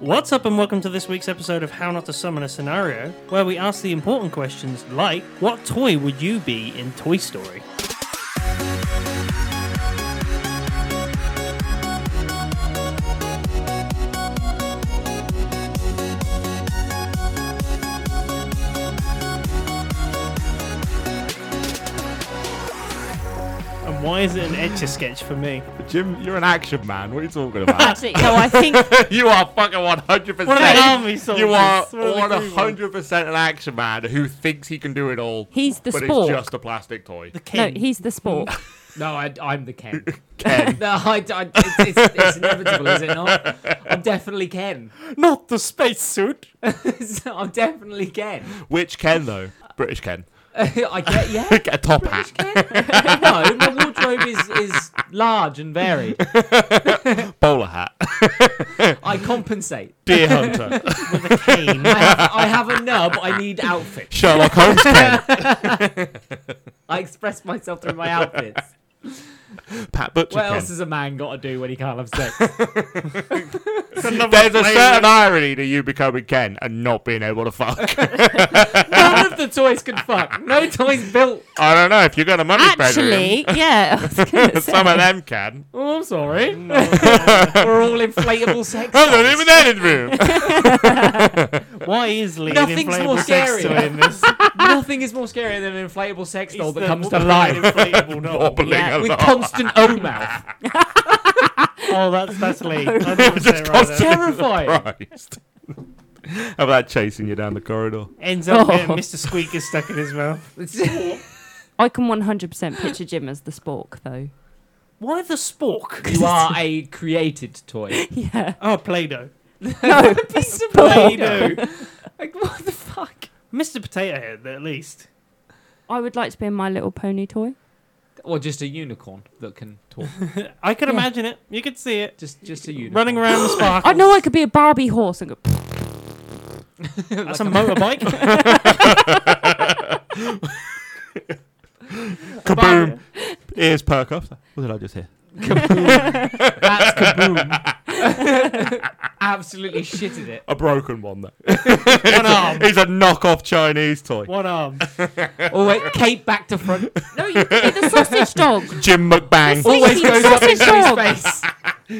What's up, and welcome to this week's episode of How Not to Summon a Scenario, where we ask the important questions like What toy would you be in Toy Story? And why is it an etch a sketch for me? Jim, you're an action man. What are you talking about? Actually, no, I think you are fucking 100. What are they, army percent You are soldiers? What are they doing? 100 percent an action man who thinks he can do it all. He's the but spork. it's just a plastic toy. The no, Ken. he's the sport. No, I, I'm the Ken. Ken. no, I, I- it's, it's, it's inevitable, is it not? I'm definitely Ken. Not the spacesuit. So I'm definitely Ken. Which Ken though? British Ken. I get yeah. Get a top hat. no, my wardrobe is is large and varied. Bowler hat. I compensate. Deer hunter. With a cane. I have, I have a nub. I need outfit. Sherlock Holmes Ken. I express myself through my outfits. Pat Butcher What Ken. else has a man got to do when he can't have sex? There's a certain irony to you becoming Ken and not being able to fuck. None of the toys can fuck. No toys built. I don't know if you got a money Actually, yeah. I was gonna bedroom. Some of say. them can. Oh, I'm sorry. We're all inflatable sex. I don't dolls. even know this room. Why is Lee Nothing's an inflatable more sex scary. toy in this? Nothing is more scary than an inflatable sex doll It's that the comes to walking life inflatable doll. Wobbling Yeah, along. with constant O mouth. Oh, that's that's Lee. I didn't Just say it right there. Terrifying. Christ. How about chasing you down the corridor? Ends up getting Oh. Mr. Squeaker stuck in his mouth. I can 100% picture Jim as the spork, though. Why the spork? you are a created toy. Yeah. Oh, Play-Doh. No, Piece of Play-Doh. Like what the fuck? Mr. Potato Head, at least. I would like to be in My Little Pony toy. Or just a unicorn that can talk. I could Yeah. imagine it. You could see it. Just just a unicorn. Running around the spark. I know I could be a Barbie horse and go. That's a motorbike. Kaboom! Ears perk up. What did I just hear? That's kaboom. Absolutely shitted it. A broken one though. One arm. He's a knockoff Chinese toy. One arm. Or wait, cape back to front. No, you could be the sausage dog. Jim McBang. Always Slinky goes up sausage into his dog. face.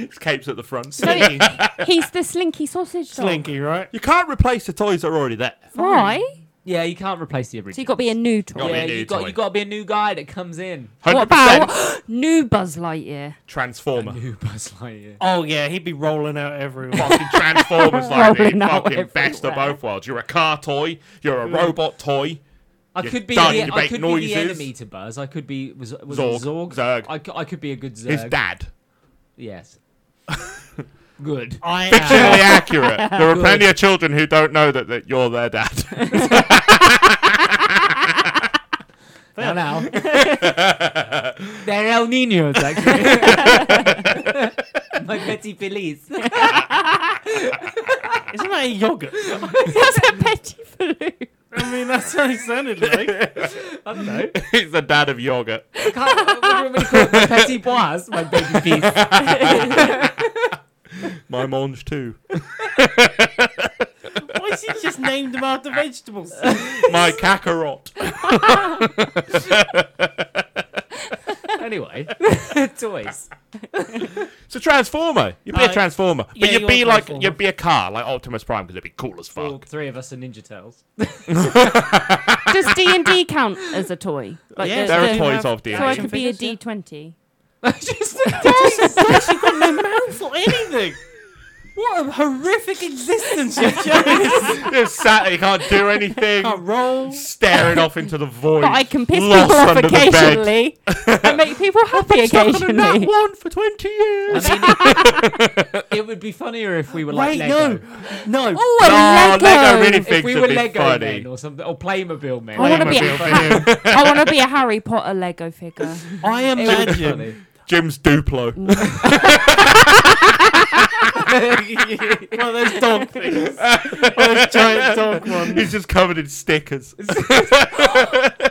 His cape's at the front. Slinky. He's the slinky sausage dog. Slinky, right? You can't replace the toys that are already there. Why? Yeah, you can't replace the So original. you got to be a new Gotta toy. be yeah, a new you toy. got you got to be a new guy that comes in. What 100% about new Buzz Lightyear? Transformer. New Buzz Lightyear. Oh, yeah, he'd be rolling out everywhere. fucking Transformers like the Rolling out fucking best of everywhere. Mm. both worlds. You're a car toy. You're a robot toy. I You're could be done, the, you I make could noises. be the enemy to Buzz. I could be was, was it Zorg. Zorg. Zerg. I, cou- I could be a good Zerg. His dad. Yes. good. I am. Fictionally accurate. There are plenty of children who don't know that, that you're their dad. Now, now. They're El Ninos, actually. My petty police. Isn't that a yogurt? That's a petty flute. I mean, that's what he sounded like. I don't know. He's the dad of yogurt. I can't, what do you want me to call it? My petty bois, my baby piece. My mange too. Why is he just named him after vegetables? My Kakarot. Anyway, toys. Ah, It's a transformer. You'd be Uh, a transformer, yeah, but you you'd are be a like transformer. you'd be a car, like Optimus Prime, because it'd be cool as All fuck. three of us are Ninja Turtles. Does D and D count as a toy? Like Yeah, the- There are the- toys of D&D. So I action could be a D twenty. Just a for anything. What a horrific existence you've chosen. Just sat there, you can't do anything. roll. Staring off into the void. But I can piss lost people off under the bed. occasionally and make people happy I've been that occasionally. one for twenty years. It would be funnier if we were Wait, like no. Lego. No. Oh, a Oh, Lego! Lego really If thinks we it'd were be Lego funny. men or something, or Playmobil men. I wanna be a- Playmobil for him. I want to be a Harry Potter Lego figure. I It would be imagine funny. Jim's Duplo. One of those dog things. One of those giant dog ones. He's just covered in stickers.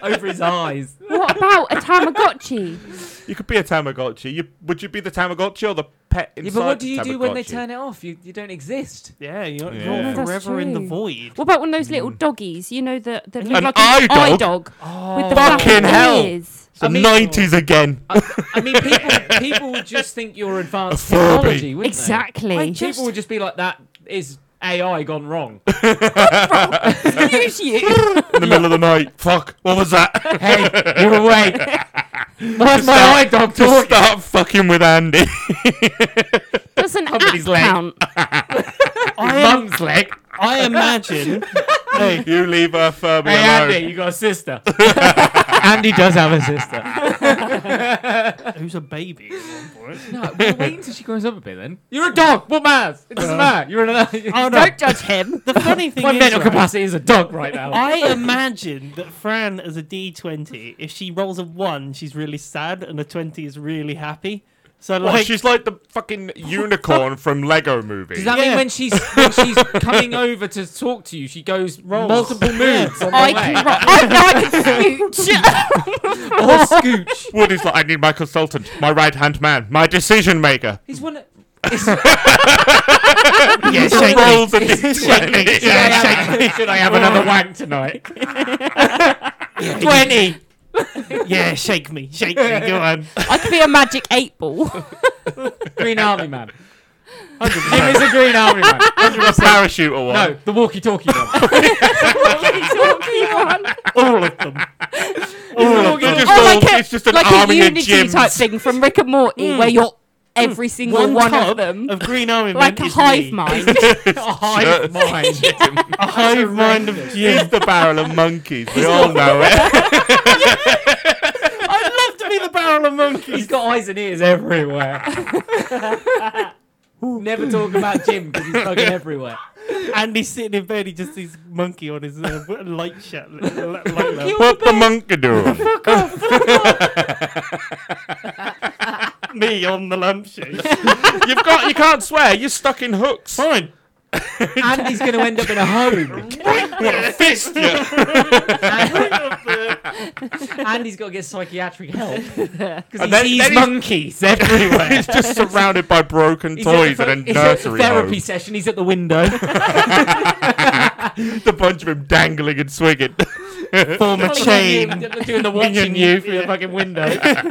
over his eyes. What about a Tamagotchi? You could be a Tamagotchi. You, would you be the Tamagotchi or the pet Yeah, inside but what do you the do when they Tamagotchi? turn it off? You, you don't exist. Yeah, you're, Yeah. you're Yeah, that's forever in the true. void. What about one of those little doggies? You know, the, the Hmm. An like eye dog? dog Oh. with the Fucking flapping hell. ears. The I mean- 90s again. I mean, people people would just think you're advanced A Furby. technology, wouldn't they? Exactly. I just- People would just be like, that is AI gone wrong. Excuse you. in the middle of the night. Fuck, what was that? hey, you're awake. Where's my Start- eye dog Just talking? start fucking with Andy. Doesn't app Somebody's leg. count? I, am, Mum's leg. I imagine. hey, you leave her Furby Hey, alone. Andy, you got a sister. Andy does have a sister. who's a baby at one point. No, we're waiting until she grows up a bit then. You're a dog. What matters? It doesn't matter. You're an. Oh, no. Don't judge him. The funny thing My is, mental right, capacity is a dog right now. I imagine that Fran as a D20, if she rolls a 1, she's really sad, and a 20 is really happy. So, Well, like, she's like the fucking unicorn from Lego movie. Does that Yeah. mean when she's when she's coming over to talk to you, she goes multiple moods on the I way? can, ro- I, I can smooch. or scooch. Woody's like, I need my consultant, my right hand man, my decision maker. He's one. Of, yeah, He shake me. rolls a D20. should I have another wank tonight? Twenty. Yeah, shake me. Shake me. Go on. I could be a magic eight ball. Green Army man. Him is a Green Army man. A parachute or what? No, the walkie-talkie man. All of them. They're just Oh, all- like a, it's just an like a army and Unity gyms. type thing from Rick and Morty, where you're every single One, one, tub of them, of green armament like a is me. hive mind. A hive mind. A hive mind of gyms. It's the barrel of monkeys. We all know it. I'd love to be the barrel of monkeys. He's got eyes and ears everywhere. Never talk about Jim because he's fucking everywhere. Andy's sitting in bed. He just sees monkey on his uh, light shirt. li- li- light lamp. What the monkey do? Me on the lampshade. You've got. You can't swear. You're stuck in hooks. Fine. And he's going to end up in a home. What a fist! you. And he's got to get psychiatric help because then- he sees then he's- monkeys everywhere. He's just surrounded by broken at toys the fu- and a he's at the nursery therapy home. session. He's at the window. The bunch of him dangling and swinging. Former chain. doing the watching you through the fucking window.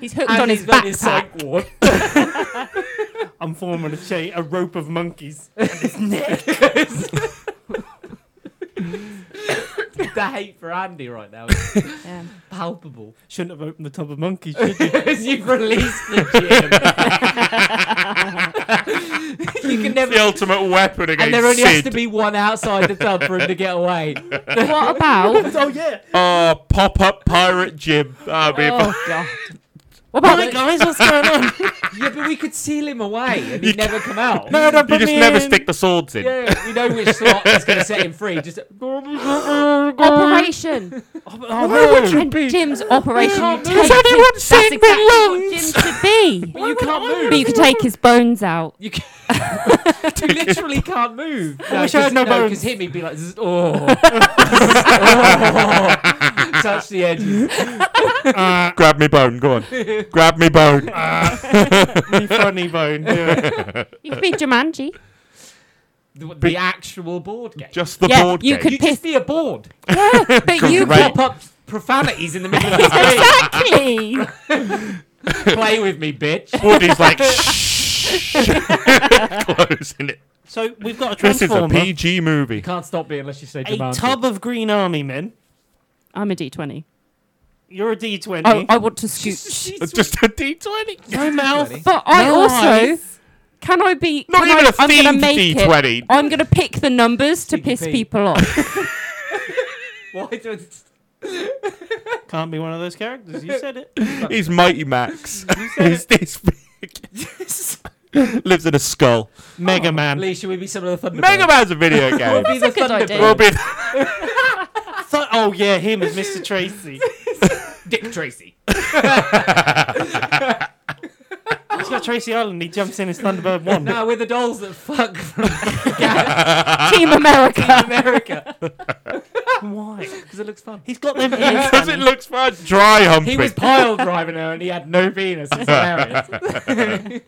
He's hooked and on he's his got his backpack. psych ward. I'm forming a chain, a rope of monkeys. The hate for Andy right now is palpable. Shouldn't have opened the tub of monkeys, should you? Because you've released the gym. you can never. the ultimate weapon against and there only Sid. has to be one outside the tub for him to get away. What about? oh yeah. Oh, pop up pirate gym. That'd be Oh god. What about? Hi guys, what's going on? Yeah, but we could seal him away and he'd never come out. No, don't You put just me never in. stick the swords in. Yeah, we know which slot is going to set him free. Just Operation. Uh-uh, Oh, no. And Jim's operation. can't You move. take anyone him- That's seen exactly the what Jim should be. you can't move. But you could take his bones out. You, can- you literally can't move. No, wish I had no bones. Because him, he'd be like, "Zzz, oh. oh. Touch the edges. Grab me bone. Go on. Grab me bone. Uh, Be funny bone. Yeah. You could be Jumanji. The, the actual board game. Just the yeah, board you game. could you piss. just be a board. But you Right. could Pop up profanities in the middle of the screen. exactly. Play with me, bitch. Woody's like, shh. Closing it. So we've got a This is a transformer, a, PG movie. Can't stop me unless you say tub of green army men. I'm a D20. You're a D20. Oh, I want to scooch. It's just a D20. no mouth. But I No also eyes. can I be? Not can even I, a I'm gonna themed make It, D20. I'm gonna pick the numbers to Sneaky piss pee. people off. Why do it? Can't be one of those characters. You said it. He's Mighty Max. He's this big. Lives in a skull. Mega Man. Lee, should we be some of the Thunderbirds? Mega Man's a video game. Be the That's a good idea. We'll Thunderbird. be So- oh yeah, him is Mr. Tracy. Dick Tracy. It's got Tracy Island. He jumps in his Thunderbird one. No, we're the dolls that fuck from Team America. America Why? because it looks fun. He's got them ears. Because it looks fun. Dry humping. He was pile driving her and he had no penis. It's hilarious.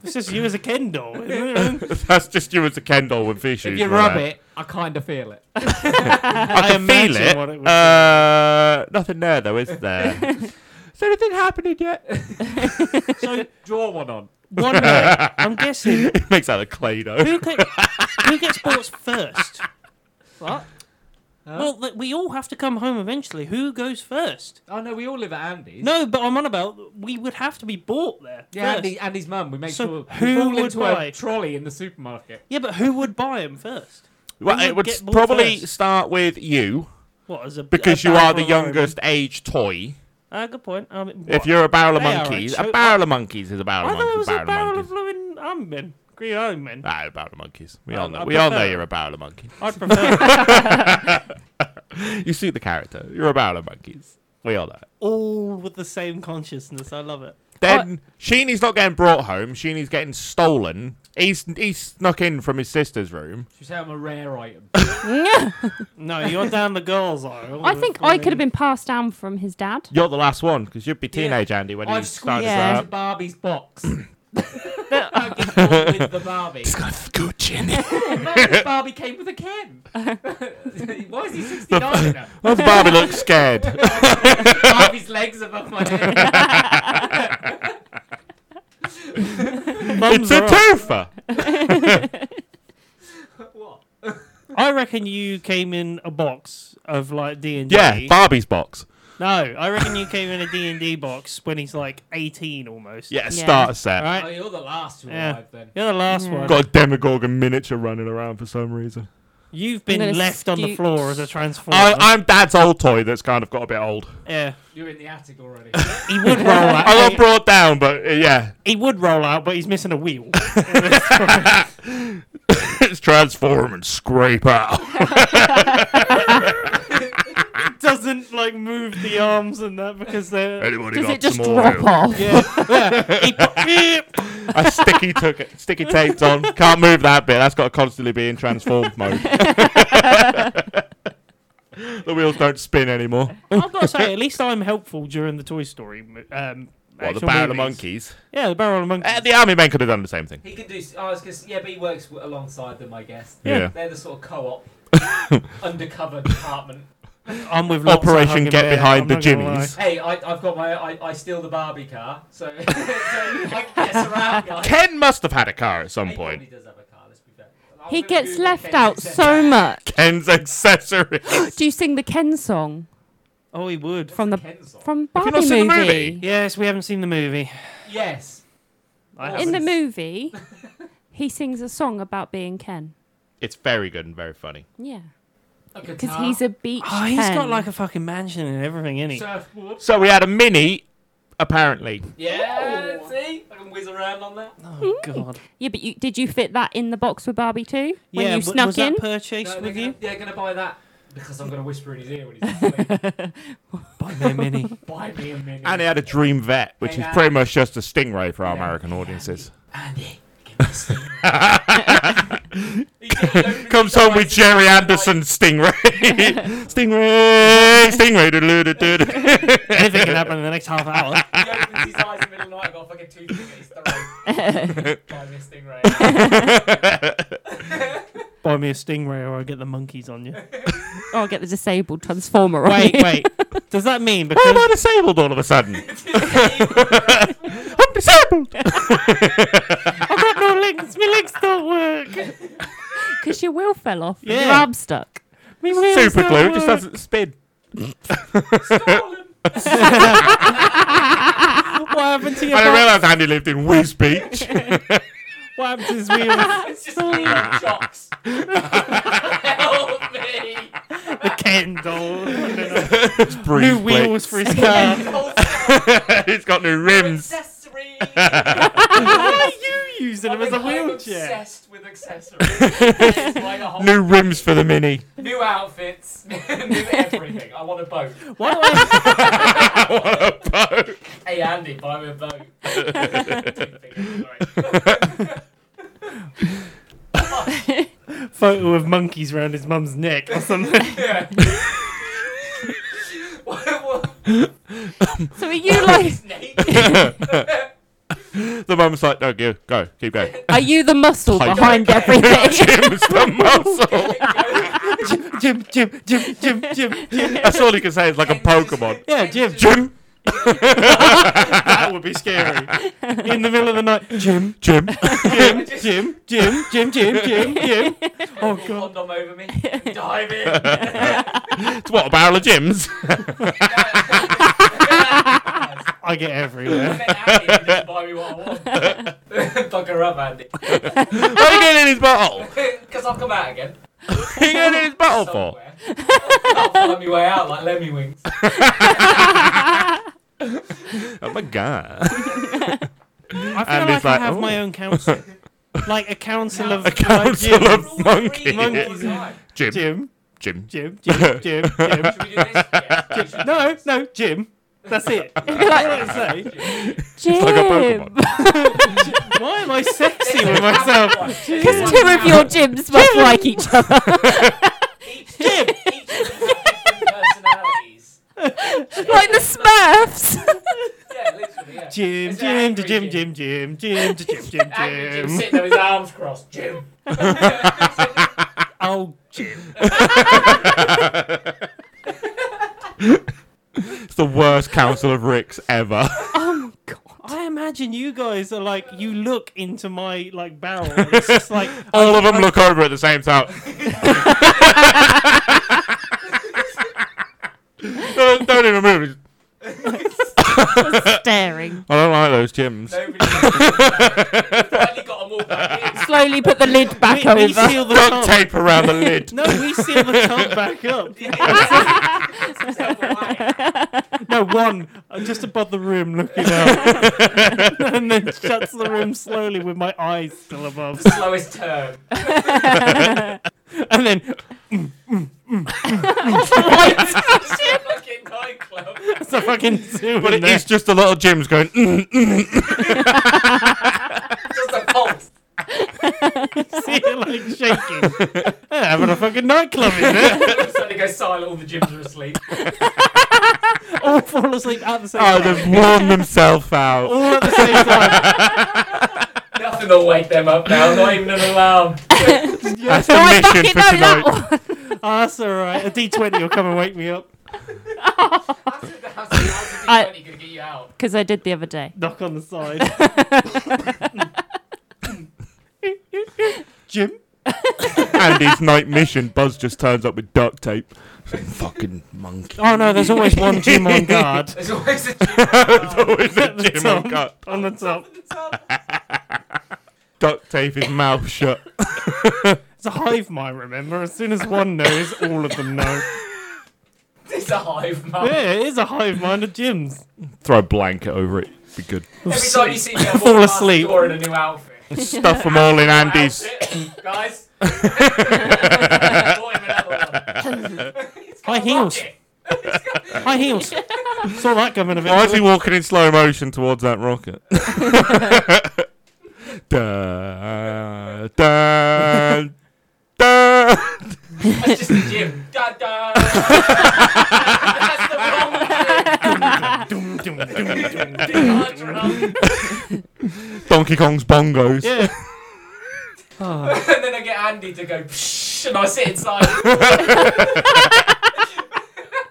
It's just you as a Ken doll. I That's just you as a Ken doll with issues. if you my rub man. it, I kind of feel it. I can feel imagine it. what it would uh, nothing there though, is there? Is anything happening yet? So draw one on. be. One night, I'm guessing. it makes out of clay though. Who, get, who gets sports first? What? Well, th- we all have to come home eventually. Who goes first? Oh no, we all live at Andy's. No, but I'm on about we would have to be bought there. Yeah, first. Andy, Andy's mum. We make So sure who we fall would into buy? a trolley in the supermarket. yeah, but who would buy them first? Well, Who it would would get bought probably first? start with you What as a because a you are barrel the of Iron Man? youngest age toy. Ah, good point. Um, If you're a barrel of They are monkeys, a cho- a barrel of monkeys is a barrel I of thought it monkeys. was a Barrel of barrel of monkeys. blooming Iron Men, green Iron Men. Ah, a barrel of monkeys. We all Um, know. I we all know prefer- you're a barrel of monkeys. I'd prefer You see the character. You're a barrel of monkeys. We all know. it. all with the same consciousness. I love it. Then Sheeny's not getting brought home. Sheeny's getting stolen. He's he's snuck in from his sister's room. Should we say I'm a rare item? No, you're down the girls' aisle. I think I could have been passed down from his dad. You're the last one because you'd be teenage Andy when you I've started squeezed Yeah. yeah. into Barbie's box. I've been born with the Barbie. that. Good in Barbie came with a Ken. Why is he 69 now? Barbie looks scared. Barbie's legs above my head. it's a twofer. what? I reckon you came in a box of like D and D. Yeah, Barbie's box. No, I reckon you came in a D and D box when he's like 18 almost. Yeah, Yeah. starter set. Right. Oh, you're the last to Yeah. arrive then. You're the last one. Got a Demogorgon miniature running around for some reason. You've I'm been gonna left on the scoot- floor as a transformer. I, I'm Dad's old toy that's kind of got a bit old. yeah, You're in the attic already. he would roll out. I got brought down, but uh, yeah, he would roll out, but he's missing a wheel. it's transform and scrape out. Doesn't like move the arms and that because they're Anybody Does got it just some more? drop off? he put- I sticky took it, sticky taped on. Can't move that bit. That's got to constantly be in transformed mode. the wheels don't spin anymore. I've got to say, at least I'm helpful during the Toy Story. mo- Um, Well, the actual barrel of movies. monkeys. Yeah, the barrel of monkeys. Uh, the army men could have done the same thing. he can do. s- Oh, it's 'cause- yeah, but he works w- alongside them, I guess. Yeah. They're the sort of co-op, undercover department. I'm with lots of Operation hugging Get bear, Behind I'm the not gonna lie. Jimmies. Hey, I, I've got my. I, I steal the Barbie car, so, so I can get around, guys. Ken must have had a car at some He probably point. does have a car. Let's be fair. I'm He gonna gets Google left Ken's out accessories. so much. Ken's accessory. Have Do you sing the Ken song Oh, he would. from the Ken's on. from you Barbie not seen the movie? movie? Yes, we haven't seen the movie. Yes. I In In haven't. the movie, he sings a song about being Ken. It's very good and very funny. Yeah, because Because he's a beach. Ah, Oh, he's Ken. got like a fucking mansion and everything, in he? surfboard. So we had a mini, apparently. Yeah. See, I can whiz around on that. Oh god. Yeah, but you, did you fit that in the box with Barbie too when yeah, you but snuck was in? that purchased No, they're with gonna, you? they're gonna buy that because I'm gonna whisper in his ear when he's asleep. Buy me a mini. buy me a mini. And he had a dream vet, which Hey, is Dad. pretty much just a stingray for our American audiences. Andy, give me a steam. He just opens his Comes home eyes with and Jerry he's like, Anderson Stingray. stingray, Stingray. doo-doo-doo-doo. Anything can happen in the next half hour. He opens his eyes in the middle of the night and got a fucking toothpick at his throat. buy me a stingray. Buy me a stingray or I'll get the monkeys on you. Oh, get the disabled transformer. on Wait, you. wait. Does that mean Why am I because disabled all of a sudden? I'm disabled. I've got no legs, my legs don't work. because your wheel fell off. and Your Yeah. arm stuck. My wheels Super don't glue just work. doesn't spin. Stolen. What happened to your I didn't bike? realise Andy lived in Whiz Beach. What happened to his wheels? It's just me and jocks. Help me. the Ken doll. It's New brief, wait. wheels for his car. Also, it's got new rims. accessories. Why are you using him I'm as a like, I'm wheelchair? obsessed with accessories. It's like a whole New rims for the mini. new outfits, new everything. I want a boat. Why do I, Hey Andy, buy me a boat. photo of monkeys around his mum's neck or something? Yeah. What- what- So are you like, Snake? The mum's like, no, go, go, keep going. are you the muscle Tight. behind everything? Jim's the muscle. Jim, Jim, Jim, Jim, Jim, Jim. That's all you can say is like a Pokemon. Yeah, Jim. Jim, That would be scary. In the middle of the night, Jim, Jim. Jim, Jim, Jim, Jim, Jim, Jim, Jim. Oh God. Condom over me. Dive in. It's what a barrel of Jims. I get everywhere. Andy can just buy me what I want. Fuck her up, Andy. What are you getting in his bottle? What Because I've come out again. are you getting in his bottle for? Somewhere. I'll find my way out like Lemmy Wings. Oh my god. I feel And like it's I like, have my oh. own council. Like a council of A council like, of monkeys. Monkeys. Jim, Jim, Jim, Jim. Jim, Jim, Jim, Jim. Should we do this? Yeah. Jim. No, no, Jim. That's it. That's all I say. Jim. Like a Pokemon. Why am I sexy with myself? Because two of your gyms must like each other. Each, each of them have different personalities. like the Smurfs. Yeah, literally, yeah. Jim, It's Jim, to angry Jim, Jim, Jim, Jim, to Jim, Jim, Angry Jim Jim. sitting there with his arms crossed. Jim. Oh, Jim. It's the worst council of Ricks ever. I imagine you guys are like you look into my like barrel. and It's just like Oh, All of them look over at the same time. don't, don't even move. Just, Staring. I don't like those gyms. Nobody finally got them all back in. Slowly put the lid back we, we over. seal the Duct top. tape around the lid. No, we seal the top back up. Except for mine. No, one uh, just above the room looking out, and then shuts the room slowly with my eyes still above, slowest turn. and then Fucking nightclub. it's a fucking zoo. But in it there. is just a lot of gyms going. Mm, Just a pulse. See it like shaking. They're having a fucking nightclub in there. All of a sudden it goes silent. All the gyms are asleep. All fall asleep at the same oh, time. they've worn themselves out. All at the same time. Nothing will wake them up now. Not even an alarm. That's the Oh, I mission fucking for know that tonight. one. Ah, that's all right. A D twenty will come and wake me up. How's the how's the D20 gonna get you out? Because I did the other day. Knock on the side. Jim. Andy's night mission. Buzz just turns up with duct tape. Some fucking monkey. Oh no, there's always one Jim on guard. There's always a gym. It's always a the gym on top. cut. On the top. Duct tape his mouth shut. It's a hive mind, remember? As soon as one knows, all of them know. It's a hive mind. Yeah, it is a hive mind of Jim's. Throw a blanket over it. Be good. Every time you see me, I walk Fall past asleep. The door in a new outfit. Stuff them all in Andy's. Outfit. Guys. Bought him another one. He's got High a heels. rocket. High heels. Saw that coming a bit. Why is he walking in slow motion towards that rocket? da, da, da. That's just the gym. Da, da. That's the wrong Dum, dum, dum, dum. gym. Drum. Donkey Kong's bongos. Yeah. And then I get Andy to go, Psh, and I sit inside.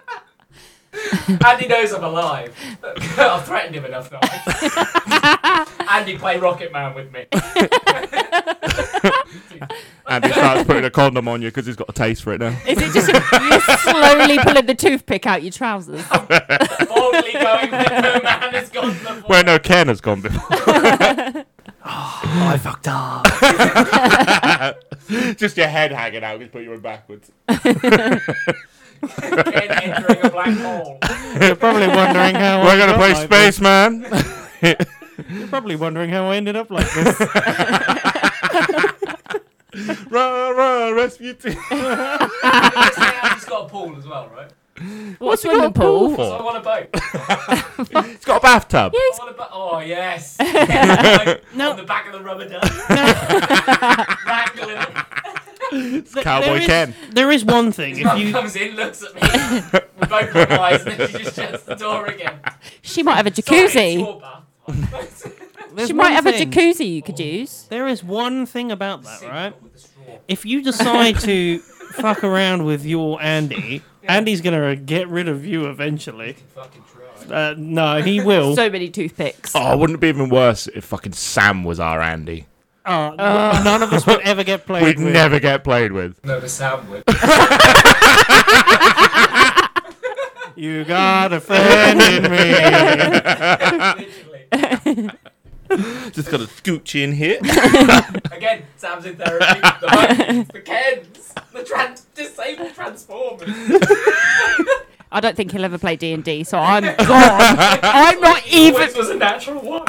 Andy knows I'm alive. I've threatened him enough now. Andy, play Rocket Man with me. Andy starts putting a condom on you because he's got a taste for it now. Is it just you slowly pulling the toothpick out your trousers? Boldly going, Lipper Man has gone to the Where no Ken has gone before. Oh, I fucked up. Just your head hanging out. Just put your head backwards. fucking entering a black hole. You're probably wondering how I We're gonna got play like this. Spaceman. You're probably wondering how I ended up like this. Rah, rah, Rasputin. Say Andy's got a pool as well, right? What's he got swimming a pool pool? for? So I want a boat. It's got a bathtub. I want a boat. Oh yes. Yes, boat No. On the back of the rubber duck. Wrangling it. Th- Cowboy is- Ken. There is one thing. If Mum you comes in, looks at me. We both roll eyes, and then she just shuts the door again. She might have a Sorry, jacuzzi. it's your bath. there's she might one have thing- a jacuzzi you could use. There is one thing about that, right? With the straw. If you decide to fuck around with your Andy, Andy's gonna get rid of you eventually. Fucking try. Uh, no, he will. So many toothpicks. Oh, wouldn't it be even worse if fucking Sam was our Andy? Uh, none of us would ever get played We'd with. never get played with. No, the sound would. You got a friend in me. Literally. Just got a scooch in here. Again, Sam's in therapy. The Vikings, the Kens, the trans- disabled Transformers. I don't think he'll ever play D and D, so I'm gone. I'm not even. Always was a natural one.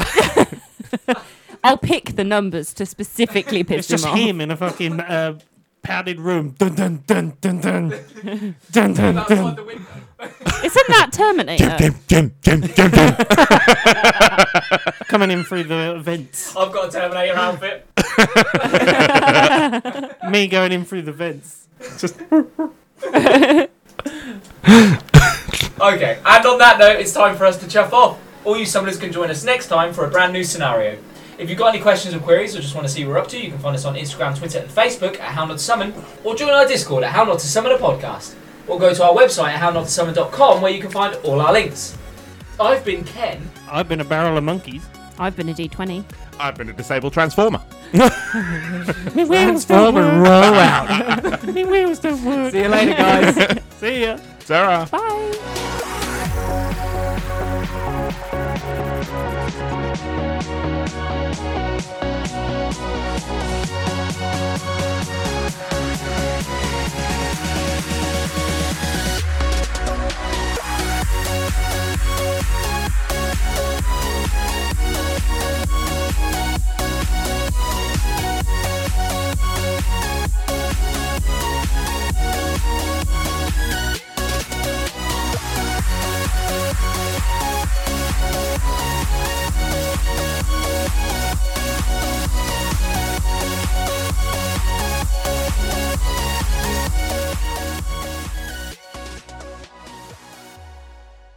I'll pick the numbers to specifically It's piss just him off. him in a fucking uh, padded room. Dun dun dun dun dun. Dun dun Outside dun. the window. Isn't that Terminator? Coming in through the vents. I've got a Terminator outfit. Me going in through the vents. Okay, and on that note, it's time for us to chuff off. All you summoners can join us next time for a brand new scenario. If you've got any questions or queries or just want to see what we're up to, you can find us on Instagram, Twitter, and Facebook at How Not to Summon, or join our Discord at How Not to Summon a Podcast, or go to our website at hownotosummon.com where you can find all our links. I've been Ken. I've been a barrel of monkeys. I've been a D twenty. I've been a disabled transformer. Me wheels don't work. Me wheels don't work. later, guys. See ya. Sarah. Bye.